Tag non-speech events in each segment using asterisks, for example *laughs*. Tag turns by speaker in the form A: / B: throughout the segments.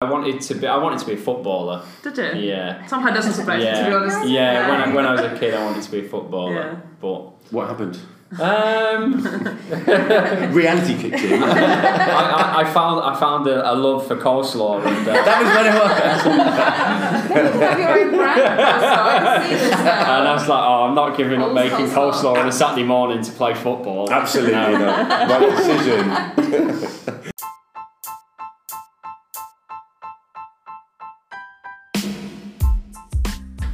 A: I wanted to be. I wanted to be a footballer.
B: Did you?
A: Yeah.
B: Somehow it doesn't surprise me, to be honest.
A: Yeah. When I, when I was a kid, I wanted to be a footballer.
C: What happened?
A: But um,
C: Reality kicked in. *laughs* that
A: I, I, I found I found a, a love for coleslaw and. Uh,
C: was when it was.
D: You have your own brand, so I can see this now.
A: and I was like, oh, I'm not giving up
D: Coles-
A: making
D: coleslaw.
A: coleslaw on a Saturday morning to play football.
C: Absolutely not. Right decision.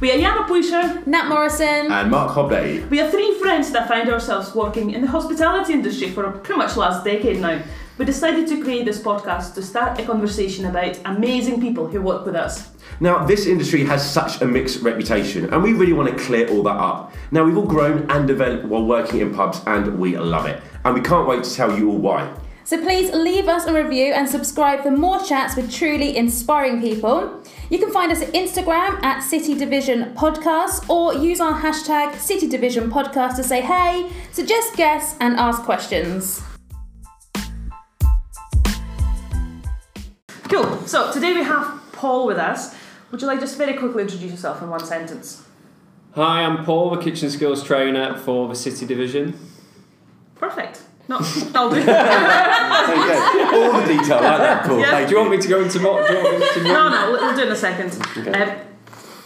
E: We are Yana Puisher.
D: *laughs* Nat Morrison.
C: And Mark Hobley.
E: We are three friends that find ourselves working in the hospitality industry for pretty much last decade now. We decided to create this podcast to start a conversation about amazing people who work with us.
C: Now, this industry has such a mixed reputation, and we really want to clear all that up. Now, we've all grown and developed while working in pubs, and we love it. And we can't wait to tell you all why.
D: So please leave us a review and subscribe for more chats with truly inspiring people. You can find us at Instagram at City Division Podcast or use our hashtag City Division Podcast to say hey, suggest guests, and ask questions.
E: Cool. So today we have Paul with us. Would you like just very quickly introduce yourself in one sentence?
A: Hi, I'm Paul, the kitchen skills trainer for the City Division.
E: Perfect. No, *laughs* I'll do. no,
C: There you go. All the detail like *laughs* that, Paul.
E: Yeah.
C: Thank
A: Do you want me to go into more? Do you want me
E: *laughs*
A: to
E: no, we'll we'll do it in a second. Um,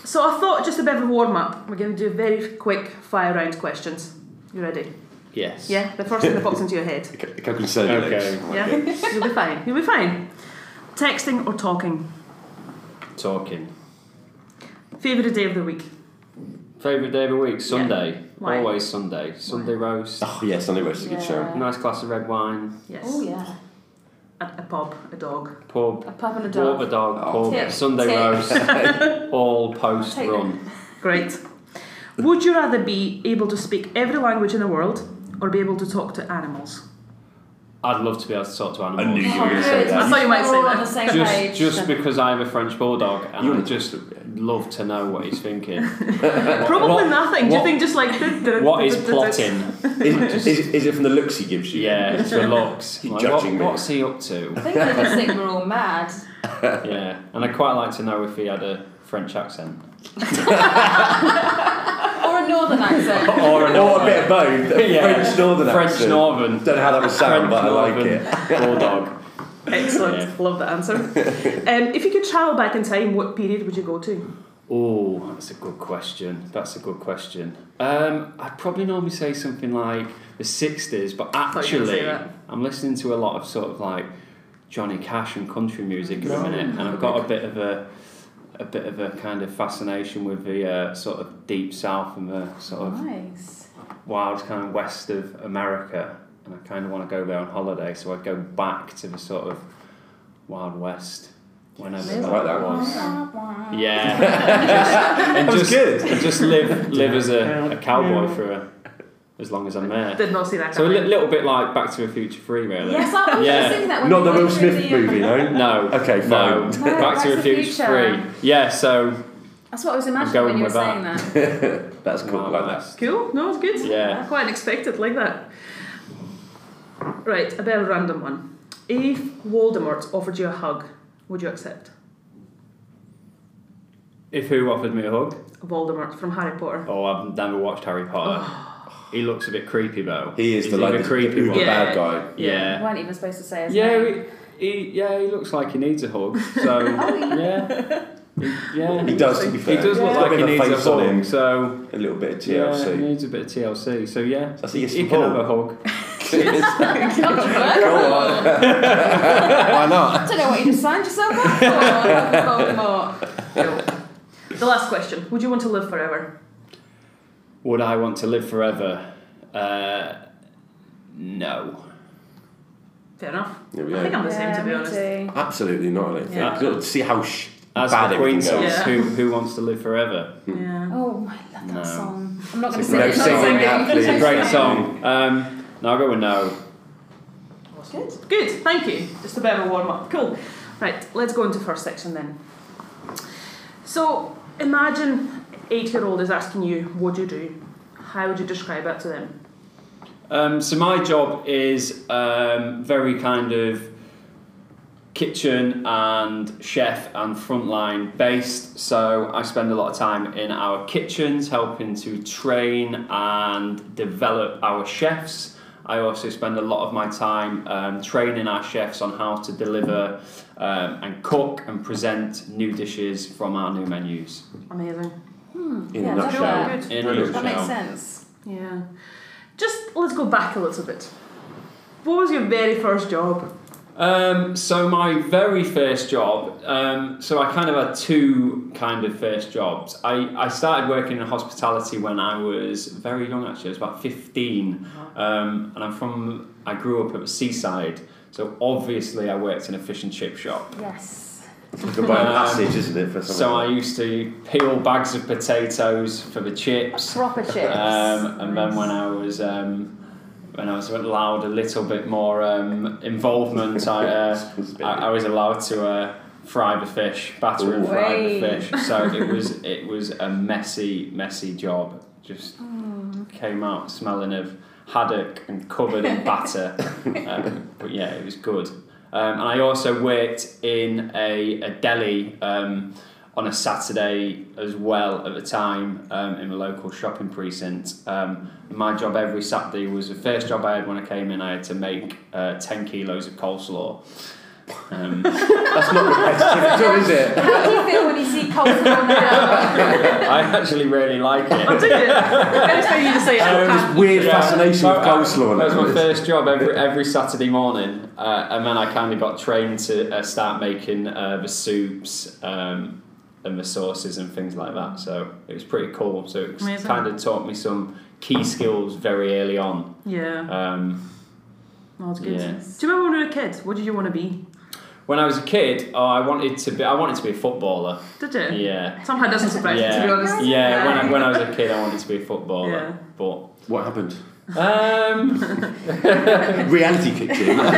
E: so I thought just a bit of a warm up. We're going to do very quick fire round questions. You ready?
A: Yes.
E: Yeah. The first thing that pops into your head.
C: Okay, Coke and soda
A: Okay.
C: lips.
E: Yeah, you'll be fine. You'll be fine. Texting or talking.
A: Talking.
E: Favorite day of the week.
A: Favourite day of the week? Sunday.
E: Why?
A: Always Sunday. Sunday roast.
C: Oh, yeah, Sunday roast is a good show.
A: Nice glass of red wine.
E: Yes.
D: Oh, yeah.
E: a, a pub, a dog.
A: Pub.
D: pub and a
A: Walk the dog.
C: Oh.
A: Pub.
D: Tip.
A: Sunday
D: Tip.
A: roast.
D: *laughs*
A: All post
D: Take
A: run.
E: Great. Would you rather be able to speak every language in the world or be able to talk to animals?
A: I'd love to be able to talk to
C: I knew
A: animals.
C: you were
D: Oh,
C: going to say
E: I
C: that.
E: thought you might say that.
A: Just, just because I have a French bulldog, and
C: You-
A: I just love to know what he's thinking.
D: *laughs*
E: Probably
A: what-
E: nothing. Do you
A: what-
E: think just like
A: What is plotting?
C: Is, is, is it from the looks he gives you?
A: Yeah, it's the looks.
C: He's
A: Like,
C: judging
A: what,
C: me.
A: What's he up
C: *laughs*
A: to?
D: think they just think we're all mad.
A: Yeah, and I'd quite like to know if he had a French accent.
D: Or a northern accent.
A: *laughs* Or an
C: Or a bit of both. *laughs* A
A: Yeah.
C: French Northern
A: French
C: accent.
A: Northern.
C: Don't know how that would
A: French
C: sound, but I like
A: Northern
C: it.
A: Bulldog.
E: Excellent.
A: Yeah.
E: Love
A: *laughs*
E: that answer. um, if you could travel back in time, what period would you go to?
A: Oh, that's a good question. That's a good question. Um, I'd probably normally say something like the 60s, but
E: thought you were gonna
A: actually,
E: say that.
A: I'm listening to a lot of sort of like Johnny Cash and country music at the minute, and I've got a bit of a a bit of a kind of fascination with the uh, sort of deep south and the sort of
D: Nice.
A: wild kind of west of America, and I kind of want to go there on holiday, so I'd go back to the sort of wild west whenever
C: Amazing.
A: that
C: I like that one.
A: was. Yeah, and
C: *laughs* That was
A: just,
C: good.
A: and just live live as a, a cowboy for a, as long as I'm there.
E: Did not see that
A: So a
E: coming.
A: li- little bit like Back to the Future Three, really.
D: Yes, I was
A: Yeah.
D: just thinking that when
C: Not
D: we
C: the
D: went
C: Will
D: through
C: Smith
D: the, um,
C: movie, no?
A: No.
C: Okay,
A: No.
C: fine.
D: No,
A: Back to the Future Three. Yeah. So
D: That's what I was imagining
A: going
D: when you were
A: with
D: saying
A: that.
D: that.
C: That's cool,
A: Wild
C: like that.
A: West.
E: Cool. No, it's good.
A: Yeah.
E: Quite unexpected, like that. Right, a bit of a random one. If Voldemort offered you a hug, would you accept?
A: If who offered me a hug?
E: Voldemort from Harry Potter.
A: *laughs* Oh, I've never watched Harry *gasps* Potter. he looks a bit creepy though.
C: He is the,
A: He's
C: like,
A: a
C: the,
A: creepy
C: the,
A: one.
C: uber
E: Yeah.
C: bad guy.
A: yeah.
D: We weren't even supposed to say his
A: Yeah,
D: name.
A: he, he, yeah, he looks like he needs a hug. So *laughs*
D: Oh,
A: yeah, He- yeah,
C: He does, to be
A: He
C: fair.
A: does look
C: He's got
A: like
C: bit
A: he
C: of
A: needs a
C: face on him.
A: hug. So
C: A little bit of
A: yeah, he
C: TLC.
A: needs a bit of TLC. So yeah,
C: That's a yes
A: he
C: from
A: can
C: Paul.
A: have a hug. *laughs*
C: *laughs* Go on. Why
D: I
C: not?
D: don't know what you just signed yourself up
A: *laughs*
D: for. Voldemort.
E: Cool. the last question. Would you want to live forever?
A: Would I want to live forever? Uh, no.
E: Fair enough.
C: There we
E: I think
C: go.
E: I'm the same, to be honest.
C: Absolutely not, I don't think.
E: Yeah.
C: You've got to see how sh-
A: As
C: bad
A: the
C: everything
A: Queen
C: goes.
A: says,
E: Yeah.
A: who, who wants to live forever?
E: Yeah.
D: Oh, I love that
A: No.
D: song. I'm not going to
C: It's
D: sing
C: a
D: it.
C: no
D: I'm not
C: singing
D: singing.
C: now, please.
D: Don't
A: Great
D: sing.
A: song. Um, no, I'll go with no.
E: Good. Good, thank you. Just a bit of a warm up. Cool. Right, let's go into first section then. So imagine eight year old is asking you, what do you do? How would you describe that to them?
A: Um, so my job is um, very kind of kitchen and chef and frontline based. So I spend a lot of time in our kitchens helping to train and develop our chefs. I also spend a lot of my time um, training our chefs on how to deliver um, and cook and present new dishes from our new menus.
E: Amazing.
C: In
D: yeah,
C: a
D: that's
C: nutshell.
D: good.
A: In a
C: Brilliant.
D: That makes
A: nutshell.
D: sense.
E: Yeah. Just let's go back a little bit. What was your very first job?
A: Um, so my very first job, um, so I kind of had two kind of first jobs. I, I started working in hospitality when I was very young actually, I was about 15.
D: Uh-huh.
A: Um, and I'm from, I grew up at the seaside. So obviously I worked in a fish and chip shop.
D: Yes.
C: It's a combined
A: Um,
C: passage, isn't it? For
A: So I
C: someone?
A: used to peel bags of potatoes for the chips.
D: Proper chips.
A: Um, and then when I was um, when I was allowed a little bit more um, involvement, I, uh, I I was allowed to uh, fry the fish, batter and
C: Ooh.
A: fry the
D: Way.
A: fish. So it was it was a messy messy job. Just came out smelling of haddock and covered in batter. um, but yeah, it was good. Um, and I also worked in a, a deli um, on a Saturday as well at the time um, in the local shopping precinct. Um, my job every Saturday was the first job I had when I came in. I had to make uh, 10 kilos of coleslaw. Um,
C: That's not repetitive, at all, is it?
D: How do you feel when you see
A: *laughs*
D: coleslaw now?
A: I actually really like
E: I
A: it. *laughs*
E: did it. That's how you decide.
A: Um,
E: okay.
C: This weird
A: Yeah.
C: fascination with
A: That-
C: coleslaw.
A: That was my
C: now, isn't it?
A: first job every every Saturday morning, uh, and then I kind of got trained to uh, start making uh, the soups um, and the sauces and things like that. So it was pretty cool. So it
E: Amazing.
A: kind of taught me some key skills very early on.
E: Yeah,
A: Um,
E: no, it's good.
A: Yeah.
E: Do you remember when you were a kid? What did you want to be?
A: when I was a kid, oh, I wanted to be I wanted to be a footballer.
E: Did you?
A: Yeah.
E: Somehow it doesn't surprise
A: Yeah,
E: me to be honest.
A: yeah. When I, when I was a kid, I wanted to be a footballer,
E: Yeah.
A: but
C: What happened?
A: um,
C: Reality kicked in. *laughs* that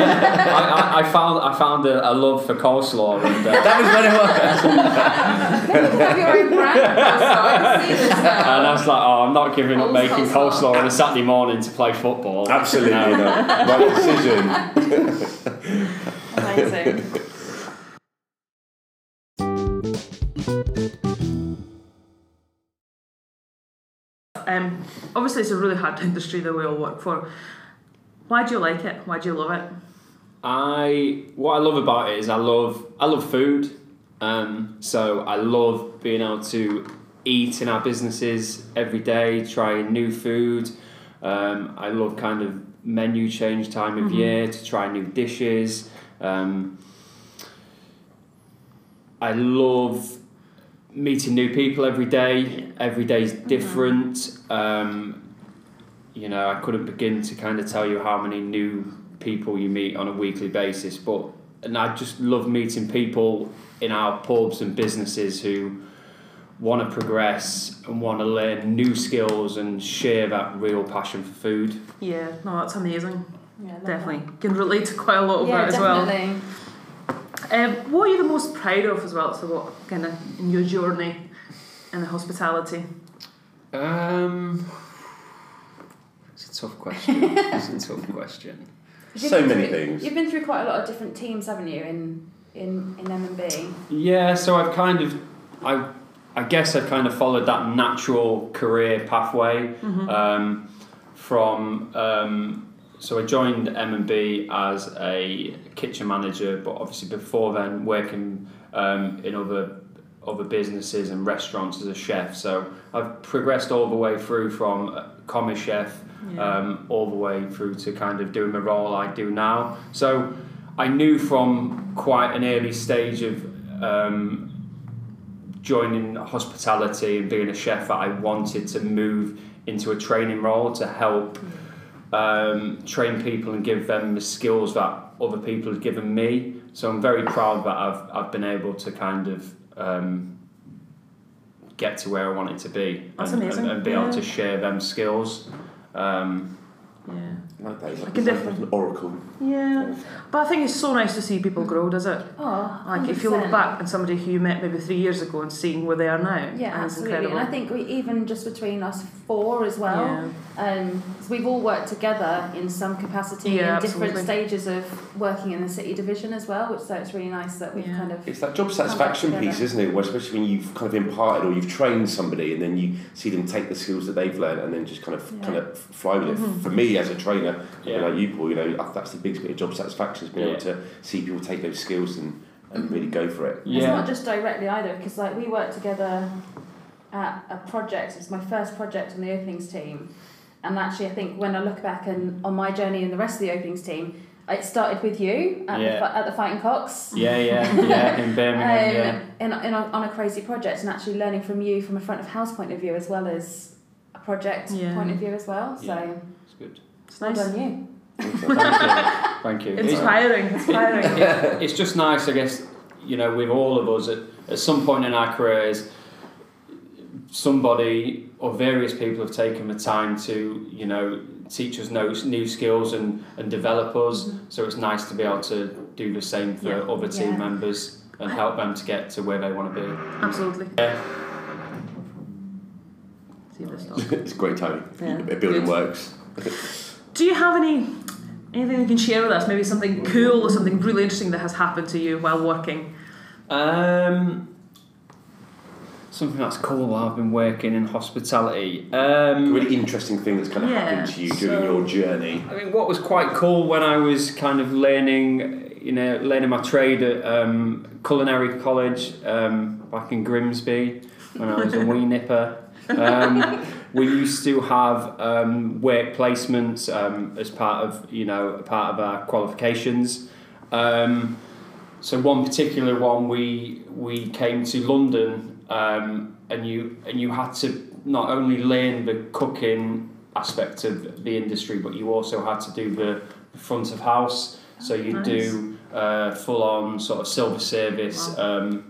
A: I, I, I found I found a, a love for coleslaw and uh,
C: was when it was.
A: *laughs*
D: you have your own brand coleslaw. I can see
A: *laughs*
D: this now.
A: And I was like, oh, I'm not giving up
D: Coleslaw.
A: making coleslaw on a Saturday morning to play football.
C: Absolutely not. Right decision.
D: Amazing.
E: Um, obviously, it's a really hard industry that we all work for. Why do you like it? Why do you love it?
A: I what I love about it is I love I love food. Um, so I love being able to eat in our businesses every day, trying new food. Um, I love kind of menu change time of year to try new dishes. Um, I love meeting new people every day. Every day's different. Um, you know, I couldn't begin to kind of tell you how many new people you meet on a weekly basis, but and I just love meeting people in our pubs and businesses who want to progress and want to learn new skills and share that real passion for food.
E: Yeah, no, that's amazing.
D: Yeah, I love
E: Definitely can relate to quite a lot
D: that.
E: of
D: Yeah,
E: it as well.
D: definitely.
E: Um, what are you the most proud of as well? So, what kind of in your journey in the hospitality?
A: Um, it's a tough question. it's a tough question.
D: You've
C: So
D: been
C: many
D: through-
C: things.
D: You've been through quite a lot of different teams, haven't you? In in in M and B.
A: Yeah, so I've kind of, I, I guess I've kind of followed that natural career pathway um, from. Um, so I joined M and B as a kitchen manager, but obviously before then working um, in other other businesses and restaurants as a chef. So I've progressed all the way through from uh, commis chef um, all the way through to kind of doing the role I do now. So I knew from quite an early stage of um, joining hospitality and being a chef that I wanted to move into a training role to help um, train people and give them the skills that other people have given me. So I'm very proud that I've, I've been able to kind of um, get to where I wanted to be
E: That's
A: and,
E: amazing.
A: and, and be
E: Yeah.
A: able to share them skills. Um,
E: Yeah.
C: Like that,
E: I
C: like,
E: can
C: like
E: definitely-
C: an oracle.
E: Yeah. But I think it's so nice to see people grow, does it?
D: Oh,
E: Like if you look
D: 100%.
E: back on somebody who you met maybe three years ago and seeing where they are now.
D: Yeah,
E: and it's
D: absolutely.
E: incredible.
D: And I think we even just between us four as well,
E: Yeah.
D: um, 'cause we've all worked together in some capacity
E: Yeah,
D: in different
E: absolutely.
D: stages of working in the city division as well, which so it's really nice that we've
E: Yeah.
D: kind of
C: It's that job satisfaction
D: together.
C: piece, isn't it? Where especially when you've kind of imparted or you've trained somebody, and then you see them take the skills that they've learned and then just kind of
D: Yeah.
C: kind of fly with it. For me, as a trainer, you know,
A: Yeah.
C: like you, Paul, you know, I- that's the biggest bit of job satisfaction is being
A: Yeah.
C: able to see people take those skills and, and really go for it.
D: It's
A: Yeah.
D: not just directly either, because like we worked together at a project. It was my first project on the openings team, and actually, I think when I look back and on my journey and the rest of the openings team, it started with you at, the,
A: Yeah.
D: fi- at the Fighting Cocks.
A: Yeah, yeah, yeah, in Birmingham, yeah.
D: *laughs* Um, in, in, on a crazy project and actually learning from you from a front of house point of view as well as a project
E: Yeah.
D: point of view as well. So
A: Yeah. It's good.
E: it's
D: well
E: nice.
D: done you.
A: Mm-hmm. Thank you. Thank
E: *laughs*
A: you. It's-
D: *laughs*
E: Inspiring, *laughs* inspiring.
A: it- *laughs* it's just nice, I guess, you know, with all of us at, at some point in our careers, somebody or various people have taken the time to, you know, teach us no, new skills and, and develop us. So it's nice to be able to do the same for
E: Yeah.
A: other team
D: Yeah.
A: members and help them to get to where they want to be.
E: Absolutely.
A: Yeah.
E: See if this stops.
C: *laughs* it's great time.
E: Yeah.
C: A building
E: Good.
C: works.
E: Do you have any anything you can share with us? Maybe something cool or something really interesting that has happened to you while working.
A: Um, something that's cool while I've been working in hospitality.
C: A
A: Um,
C: really interesting thing that's kind of
E: Yeah.
C: happened to you during
A: So-
C: your journey.
A: I mean, what was quite cool when I was kind of learning, you know, learning my trade at um, culinary college um, back in Grimsby when I was a wee nipper. Um, we used to have um, work placements um, as part of, you know, a part of our qualifications. Um, so one particular one, we we came to London, um, and you and you had to not only learn the cooking aspect of the industry, but you also had to do the front of house. So you
E: Nice.
A: do uh, full on sort of silver service, um,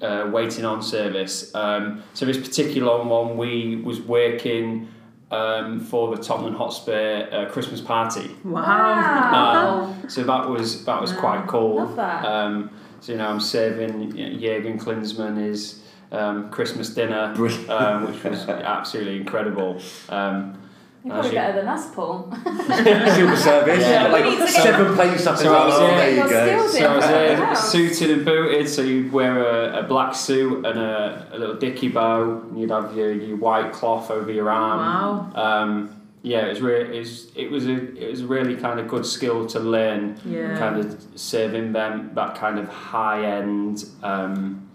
A: uh, waiting on service. Um, so this particular one, we was working um, for the Tottenham Hotspur uh, Christmas party.
E: Wow.
D: Wow.
A: So that was that was quite cool.
D: Love that.
A: Um, so you know, I'm serving Jürgen Klinsmann his um, Christmas dinner,
C: Brilliant.
A: um, which was absolutely incredible. Um,
D: You're probably
A: Actually-
D: better than us,
C: *laughs*
D: Paul. Oh,
C: Silver service,
A: Yeah.
D: We need to
C: like
D: get-
C: seven plates up.
A: So I was
C: there
A: there-
C: you
D: Your
C: go.
D: skills
A: so I was
D: Wow.
A: there, suited and booted. So you'd wear a, a black suit and a, a little dicky bow, and you'd have your, your white cloth over your arm.
E: Oh, Wow.
A: Um, yeah, it was really it was it was a it was a really kind of good skill to learn.
E: Yeah.
A: kind of serving them that kind of high end um,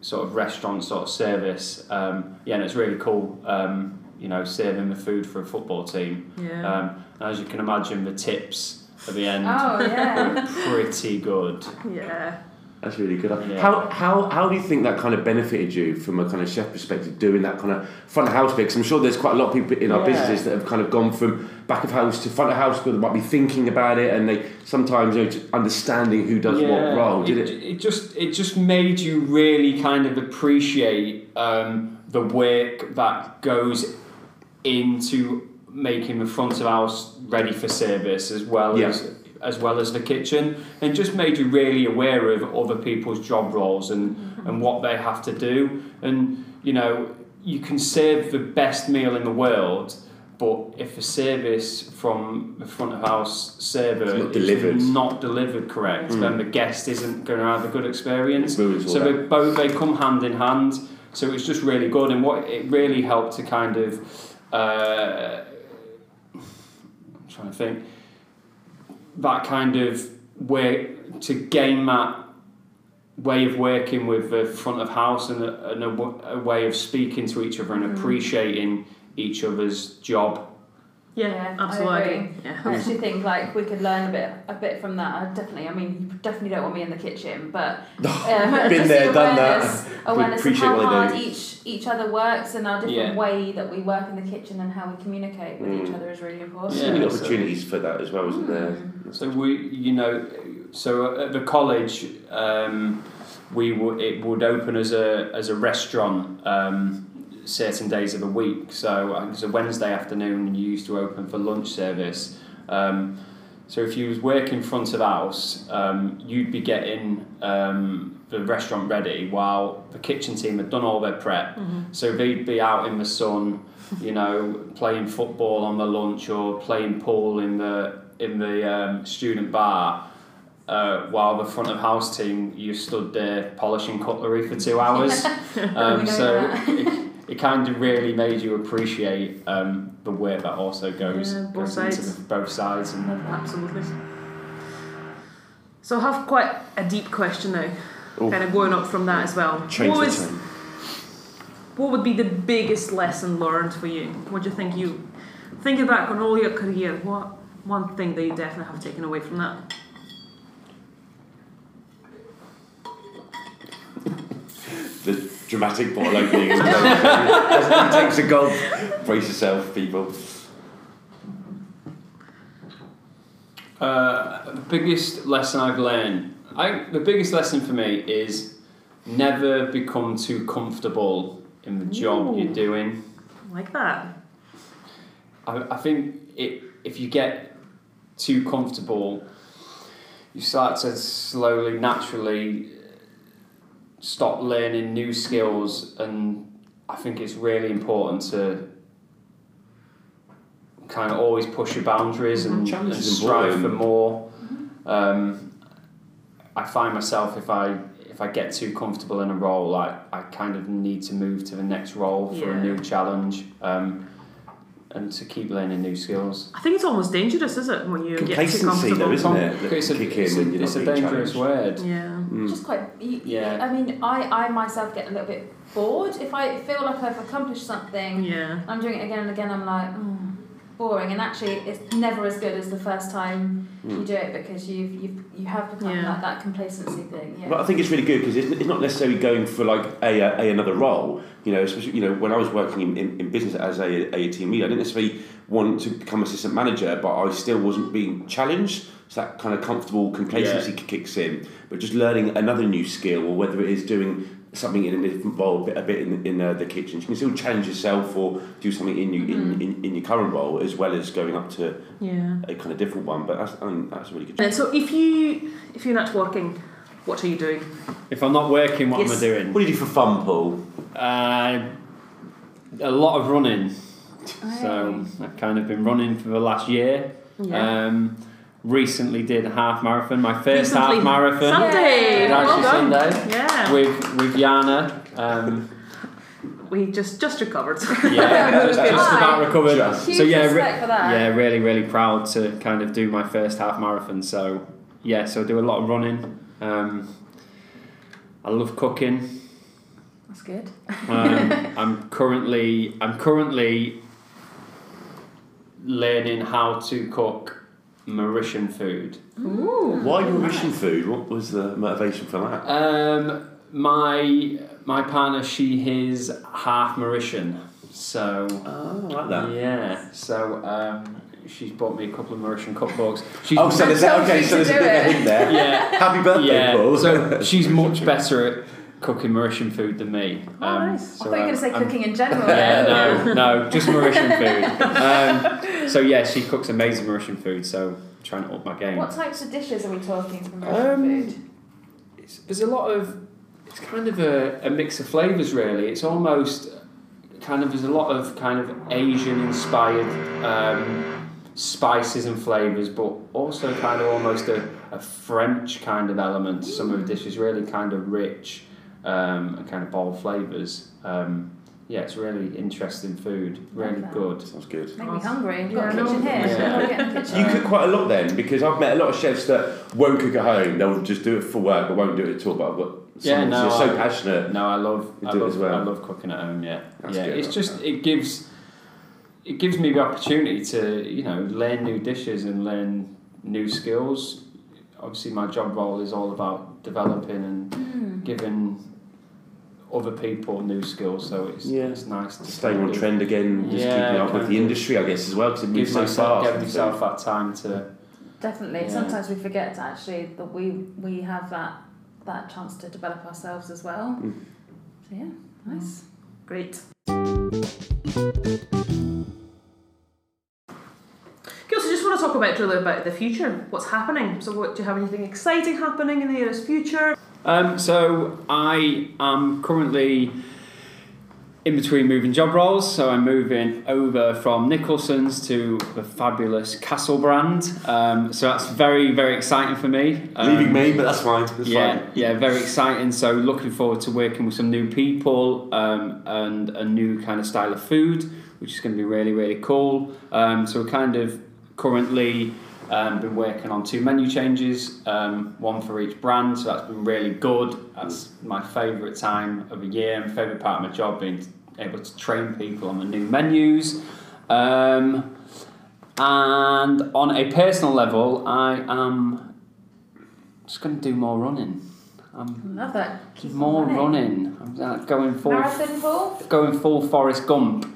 A: sort of restaurant sort of service. Um, yeah, and it's really cool. Um, you know, serving the food for a football team.
E: yeah.
C: uh,
A: Um, and as you can imagine, the tips at the end
D: Oh
E: *laughs*
D: yeah.
A: were pretty good.
E: yeah.
C: That's really good.
A: Yeah.
C: How, how, how do you think that kind of benefited you from a kind of chef perspective, doing that kind of front of house bit? 'Cause I'm sure there's quite a lot of people in our
E: Yeah.
C: businesses that have kind of gone from back of house to front of house, but they might be thinking about it and they sometimes you know, just understanding who does what role. Did it?
A: It just it just made you really kind of appreciate um, the work that goes into making the front of house ready for service as well
C: Yeah.
A: as as well as the kitchen and just made you really aware of other people's job roles and and what they have to do and you know you can serve the best meal in the world but if the service from the front of house server
C: It's not
A: is
C: delivered.
A: not delivered correct, then the guest isn't going to have a good experience.
C: It ruins Hmm. all
A: So
C: that.
A: they both they come hand in hand. So it's just really good, and what it really helped to kind of, uh, I'm trying to think, that kind of way to gain that way of working with the front of house and a, and a, w- a way of speaking to each other and appreciating each other's job.
E: Yeah.
D: Yeah, I
E: absolutely.
D: agree.
E: Yeah.
D: I actually think like we could learn a bit a bit from that. I definitely, I mean, you definitely don't want me in the kitchen,
C: *laughs*
D: but um,
C: Been
D: just
C: there,
D: the
C: done that.
D: awareness, Awareness of
C: appreciate
D: how
C: what they
D: hard
C: do.
D: each each other works and our different
A: Yeah.
D: way that we work in the kitchen and how we communicate with each
C: Mm.
D: other is really important.
C: So
A: Yeah,
C: many
A: so-
C: opportunities for that as well, isn't
E: Hmm.
C: there?
A: So we, you know, so at the college, um, we w- it would open as a as a restaurant um, certain days of the week. So I think it's a Wednesday afternoon you used to open for lunch service. Um, so if you was working front of house, um, you'd be getting um, the restaurant ready while the kitchen team had done all their prep. So they'd be out in the sun, you know, playing football on the lunch or playing pool in the in the um, student bar. Uh, while the front of house team, you stood there polishing cutlery for two hours.
D: We
A: Um,
D: know
A: so
D: that.
A: it, it kind of really made you appreciate um, the work that also goes,
E: Yeah, both
A: goes into
E: sides.
A: the, both sides. And
E: Absolutely. So I have quite a deep question now,
C: Oh.
E: kind of going up from that as well.
C: Change
E: what,
C: the
E: was,
C: tone.
E: what would be the biggest lesson learned for you? What do you think you, thinking back on all your career, what one thing that you definitely have taken away from that?
C: The dramatic bottle opening. is As he takes a gulp. Brace yourself, people.
A: Uh, the biggest lesson I've learned, I, the biggest lesson for me is never become too comfortable in the job
E: Ooh.
A: you're doing.
E: Like that.
A: I, I think it, if you get too comfortable, you start to slowly, naturally uh, stop learning new skills, and I think it's really important to kind of always push your boundaries and, and
C: Mm-hmm. Challenge is
A: strive for
C: important. Mm-hmm.
A: more. Um, I find myself if I if I get too comfortable in a role, I, I kind of need to move to the next role for
E: Yeah.
A: a new challenge. Um, and to keep learning new skills.
E: I think it's almost dangerous, is it, when you get too
C: Complacency, though,
E: comfortable?
C: isn't it? That
A: It's a,
C: kick
A: it's
C: in
A: a-
C: when you're
A: it's
C: not
A: a
C: being
A: dangerous
C: challenged. Hmm,
A: word.
E: yeah.
D: just quite. You,
A: Hmm. Yeah.
D: I mean, I, I myself get a little bit bored if I feel like I've accomplished something.
E: Yeah.
D: I'm doing it again and again. I'm like, "Mm, boring. And actually, it's never as good as the first time
C: hmm.
D: you do it because you've you've you have become
E: Yeah.
D: like that complacency thing. Yeah.
C: But I think it's really good because it's, it's not necessarily going for like a, a another role. You know, especially you know when I was working in, in, in business as a, a team leader, I didn't necessarily want to become assistant manager, but I still wasn't being challenged. So that kind of comfortable complacency k- kicks in. But just learning another new skill, or whether it is doing something in a different role, a bit in, in uh, the kitchen, you can still challenge yourself or do something in you in, in, in your current role as well as going up to
E: Yeah.
C: a kind of different one. But that's I mean, that's a really good.
E: And Uh, so if you if you're not working, what are you doing?
A: If I'm not working, what
E: Yes.
A: am I doing?
C: What do you do for fun, Paul?
A: Uh, a lot of running. So I've kind of been running for the last year. Um, recently did a half marathon, my first
E: Recently.
A: half marathon.
E: Sunday.
D: Yay.
A: Did
D: Well
A: actually
E: done.
A: Sunday
E: Yeah.
A: with with Yana.
E: *laughs*
A: Um,
E: We just just recovered. *laughs*
A: yeah, just,
E: good.
A: just about recovered.
C: Just.
D: Huge
A: so yeah, re-
D: respect for that.
A: yeah, really, really proud to kind of do my first half marathon. So yeah, so I do a lot of running. Um, I love cooking.
D: That's good.
A: Um,
C: *laughs*
A: I'm currently I'm currently learning how to cook Mauritian food.
E: Ooh.
C: Why Mauritian food? What was the motivation for that?
A: Um, my my partner, she his half Mauritian, so
C: Oh, I like
A: yeah, so um, she's bought me a couple of Mauritian cookbooks. She's
C: Oh, so there's that, okay, so there's a bit of a hint
A: *laughs*
C: there.
A: yeah.
C: Happy birthday,
A: yeah,
C: Paul. *laughs*
A: so she's much better at cooking Mauritian food than me. Um,
E: Oh, nice.
A: so,
D: I thought you were going to say
A: I'm-
D: cooking in
A: *laughs*
D: general.
A: Yeah, no, no, just Mauritian food.
D: *laughs*
A: Um, so yeah, she cooks amazing Mauritian food. So I'm trying to up my game.
D: What types of dishes are we talking from
A: Um,
D: Russian food?
A: It's, there's a lot of it's kind of a, a mix of flavors really. It's almost kind of there's a lot of kind of Asian inspired um, spices and flavors, but also kind of almost a, a French kind of element. to Some of the dishes really kind of rich um, and kind of bold flavors. Um, yeah, it's really interesting food. Really
D: Love that.
A: good.
C: Sounds good.
D: Make me hungry. You've
E: Yeah,
D: got
E: I
D: a kitchen
E: know.
D: here.
A: Yeah.
D: I'll get in the kitchen.
C: You cook quite a lot then, because I've met a lot of chefs that won't cook at home. They'll just do it for work, but won't do it at all. But I've got
A: Yeah,
C: someone
A: no,
C: who's so
A: I-
C: passionate.
A: No, I love,
C: You
A: I
C: do it
A: love,
C: as well.
A: I love cooking at home. Yeah,
C: That's
A: yeah.
C: good, I
A: It's
C: like
A: just it gives, it gives me the opportunity to you know learn new dishes and learn new skills. Obviously, my job role is all about developing and
D: Mm.
A: giving other people new skills. So it's
C: Yeah.
A: it's nice to
C: Staying
A: kind
C: on
A: of
C: trend again, just
A: Yeah,
C: keeping up
A: kind
C: with the
A: of.
C: industry, I guess, as well, because it
A: Give
C: moves so
A: myself, give
C: fast. *laughs*
A: myself that time to
D: Definitely.
A: Yeah.
D: Sometimes we forget actually that we we have that that chance to develop ourselves as well.
C: Mm.
D: So yeah, nice.
E: Great. Okay, so just want to talk about really about the future, what's happening. So, what do you have anything exciting happening in the nearest future?
A: Um, so I am currently in between moving job roles, so I'm moving over from Nicholson's to the fabulous Castle brand. Um, so that's very very exciting for me. Um,
C: Leaving me, but that's fine. That's
A: yeah,
C: fine.
A: yeah, very exciting. So looking forward to working with some new people um, and a new kind of style of food, which is going to be really really cool. Um, so we're kind of currently um, been working on two menu changes, um, one for each brand. So that's been really good. That's my favourite time of the year and favourite part of my job being able to train people on the new menus. Um, and on a personal level, I am just going to do more running. I'm
D: Love that. Keep
A: more
D: on it.
A: running. I'm uh, going full,
D: Marathon ball.
A: going full Forrest Gump.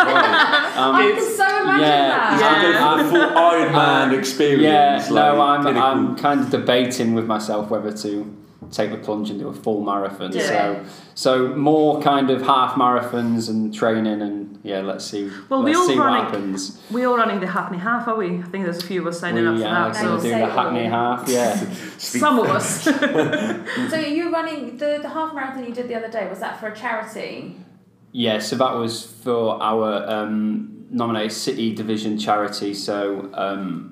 A: Um,
D: I can so imagine
A: yeah,
D: that.
C: I'll go for the full Iron Man experience.
A: yeah,
C: like,
A: no, I'm,
C: pinnacle.
A: I'm kind of debating with myself whether to take the plunge and do a full marathon.
D: Do
A: so,
D: it.
A: so more kind of half marathons and training, and yeah, let's see.
E: Well, we
A: let's
E: all
A: see what
E: running.
A: happens.
E: We are running the Hackney Half, are we? I think there's a few of us
A: We
E: signing up for
A: are
E: that.
A: going
E: So
A: to do
D: Say
A: the
D: it
A: Hackney
D: all.
A: half.
D: *laughs*
A: Yeah,
E: some of us. *laughs*
D: So you running the, the half marathon you did the other day, was that for a charity?
A: yeah. So that was for our um, nominated city division charity. So. Um,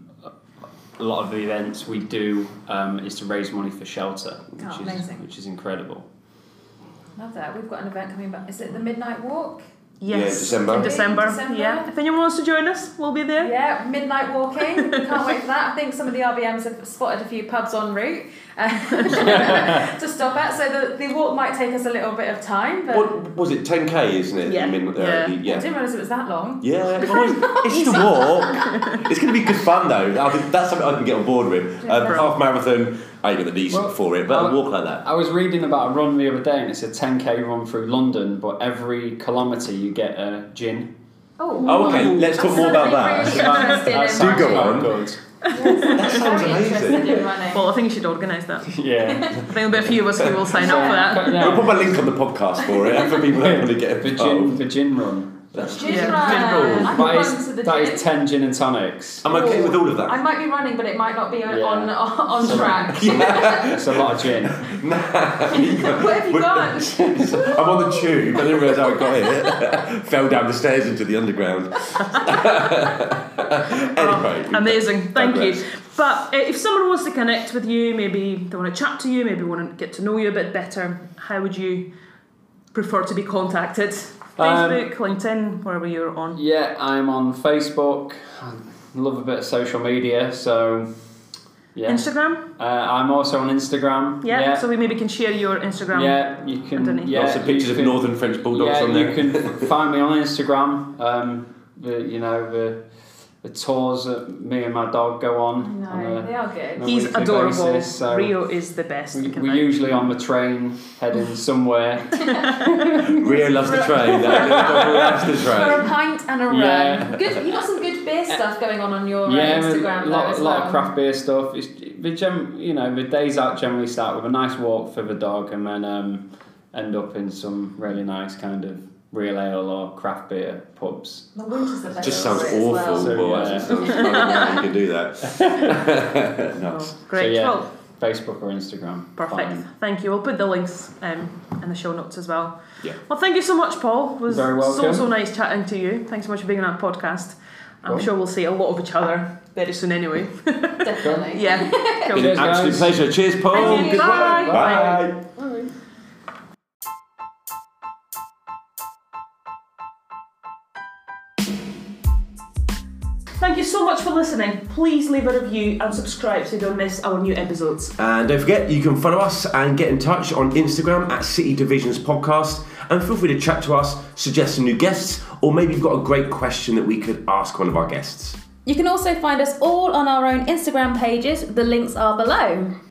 A: a lot of the events we do um, is to raise money for shelter, which
D: Oh,
A: is
D: amazing.
A: which is incredible.
D: Love that. We've got an event coming back. Is it the Midnight Walk?
E: Yes.
C: December.
E: In December.
D: December.
E: Yeah. If anyone wants to join us, we'll be there.
D: Yeah, midnight walking. Can't wait for that. I think some of the RBMs have spotted a few pubs en route uh, *laughs* to stop at. So the, the walk might take us a little bit of time, but
C: What was it? 10k, isn't it?
E: Yeah.
C: I mean, uh,
E: Yeah.
C: the-
D: I
C: yeah.
D: didn't realise it was that long.
C: Yeah, come on, it's just a walk. It's going to be good fun though. I think that's something I can get on board with. Um,
D: Yeah.
C: half marathon, I ain't got the knees
A: Well,
C: for it, but
A: I'll-
C: a walk like that.
A: I was reading about a run the other day, and it's a 10k run through London, but every kilometre you get a gin.
D: Oh, *laughs*
C: Oh, okay, let's talk more about that.
D: Really interested in
A: sounds
C: Do go
A: quite
C: on.
A: Good.
D: That
C: sounds amazing.
D: running.
E: Well, I think you should organise that. I
A: Yeah.
E: think there'll be a few of us who will sign up for that.
C: We'll
A: yeah.
C: put my link on the podcast for it for people that want to get
A: The gin,
C: involved.
A: the gin
C: *laughs*
A: run.
C: That's-
D: Gin
E: Yeah,
D: run.
E: gin
D: I could
A: That
D: run
A: is,
D: to the
A: that
D: gym.
A: is 10 gin and
C: *laughs*
A: tonics.
C: I'm okay with all of
D: I
C: that.
D: might be running, but it might not be on
A: Yeah.
D: on, on
A: Sorry. *laughs*
D: track.
A: It's a lot of gin.
D: what have you
C: But-
A: *laughs*
D: got?
C: I'm on the tube. I didn't realise how I got here. *laughs* Fell down the stairs into the underground. anyway,
A: Um,
C: we-
E: Amazing, thank you.
C: digress.
E: But uh, if someone wants to connect with you, maybe they want to chat to you, maybe want to get to know you a bit better, how would you prefer to be contacted?
A: Um,
E: Facebook, LinkedIn, wherever you're on.
A: Yeah, I'm on Facebook. I love a bit of social media, so. Yeah.
E: Instagram,
A: Uh, I'm also on Instagram.
E: yeah?
A: Yeah,
E: So we maybe can share your Instagram.
A: yeah you can.
E: Underneath.
A: Yeah,
C: Lots of pictures
A: you
C: of
A: can-
C: northern French bulldogs
A: yeah,
C: on there.
A: you
C: *laughs*
A: can find me on Instagram. Um, the, you know the the tours that me and my dog go on. on
D: No,
A: a-
D: they are good.
A: on a
E: He's
A: weekly
E: adorable.
A: basis, so
E: Rio is the best.
A: we,
E: you can
A: we're
E: find.
A: usually on the train heading somewhere.
C: Rio loves the
A: *laughs*
C: train. loves the
D: For
C: train.
D: a pint and a run.
A: Yeah.
D: Good. You got some good beer stuff going on on your uh,
A: yeah, with
D: Instagram.
A: a lot,
D: though,
A: lot
D: as
A: of
D: well.
A: craft beer stuff. It's the gem, you know the days out generally start with a nice walk for the dog and then um, end up in some really nice kind of real ale or craft beer pubs.
D: The winter's the best.
C: Just sounds
D: for it as well.
C: awful.
A: So,
C: well,
A: yeah.
C: actually, sounds, I don't know how you can do that. *laughs* nice.
E: Oh, great.
A: So, yeah.
E: Well,
A: Facebook or Instagram.
E: perfect.
A: fine.
E: Thank you. I'll put the links um, in the show notes as well.
C: Yeah.
E: Well, thank you so much, Paul. It was
A: Very
E: so
A: welcome.
E: so nice chatting to you. Thanks so much for being on our podcast. I'm
A: Cool.
E: sure we'll see a lot of each other very
A: *laughs*
E: soon, anyway. *laughs*
D: Definitely.
E: Yeah.
C: Been
E: Cool.
A: Cheers,
C: an absolute
A: guys.
C: pleasure. Cheers,
A: Oh,
E: Thank
C: Paul.
E: you.
C: Good
E: Bye.
C: work. Bye.
E: Thank you so much for listening. Please leave a review and subscribe so you don't miss our new episodes.
C: And don't forget, you can follow us and get in touch on Instagram at City Divisions Podcast. And feel free to chat to us, suggest some new guests, or maybe you've got a great question that we could ask one of our guests.
D: You can also find us all on our own Instagram pages. The links are below.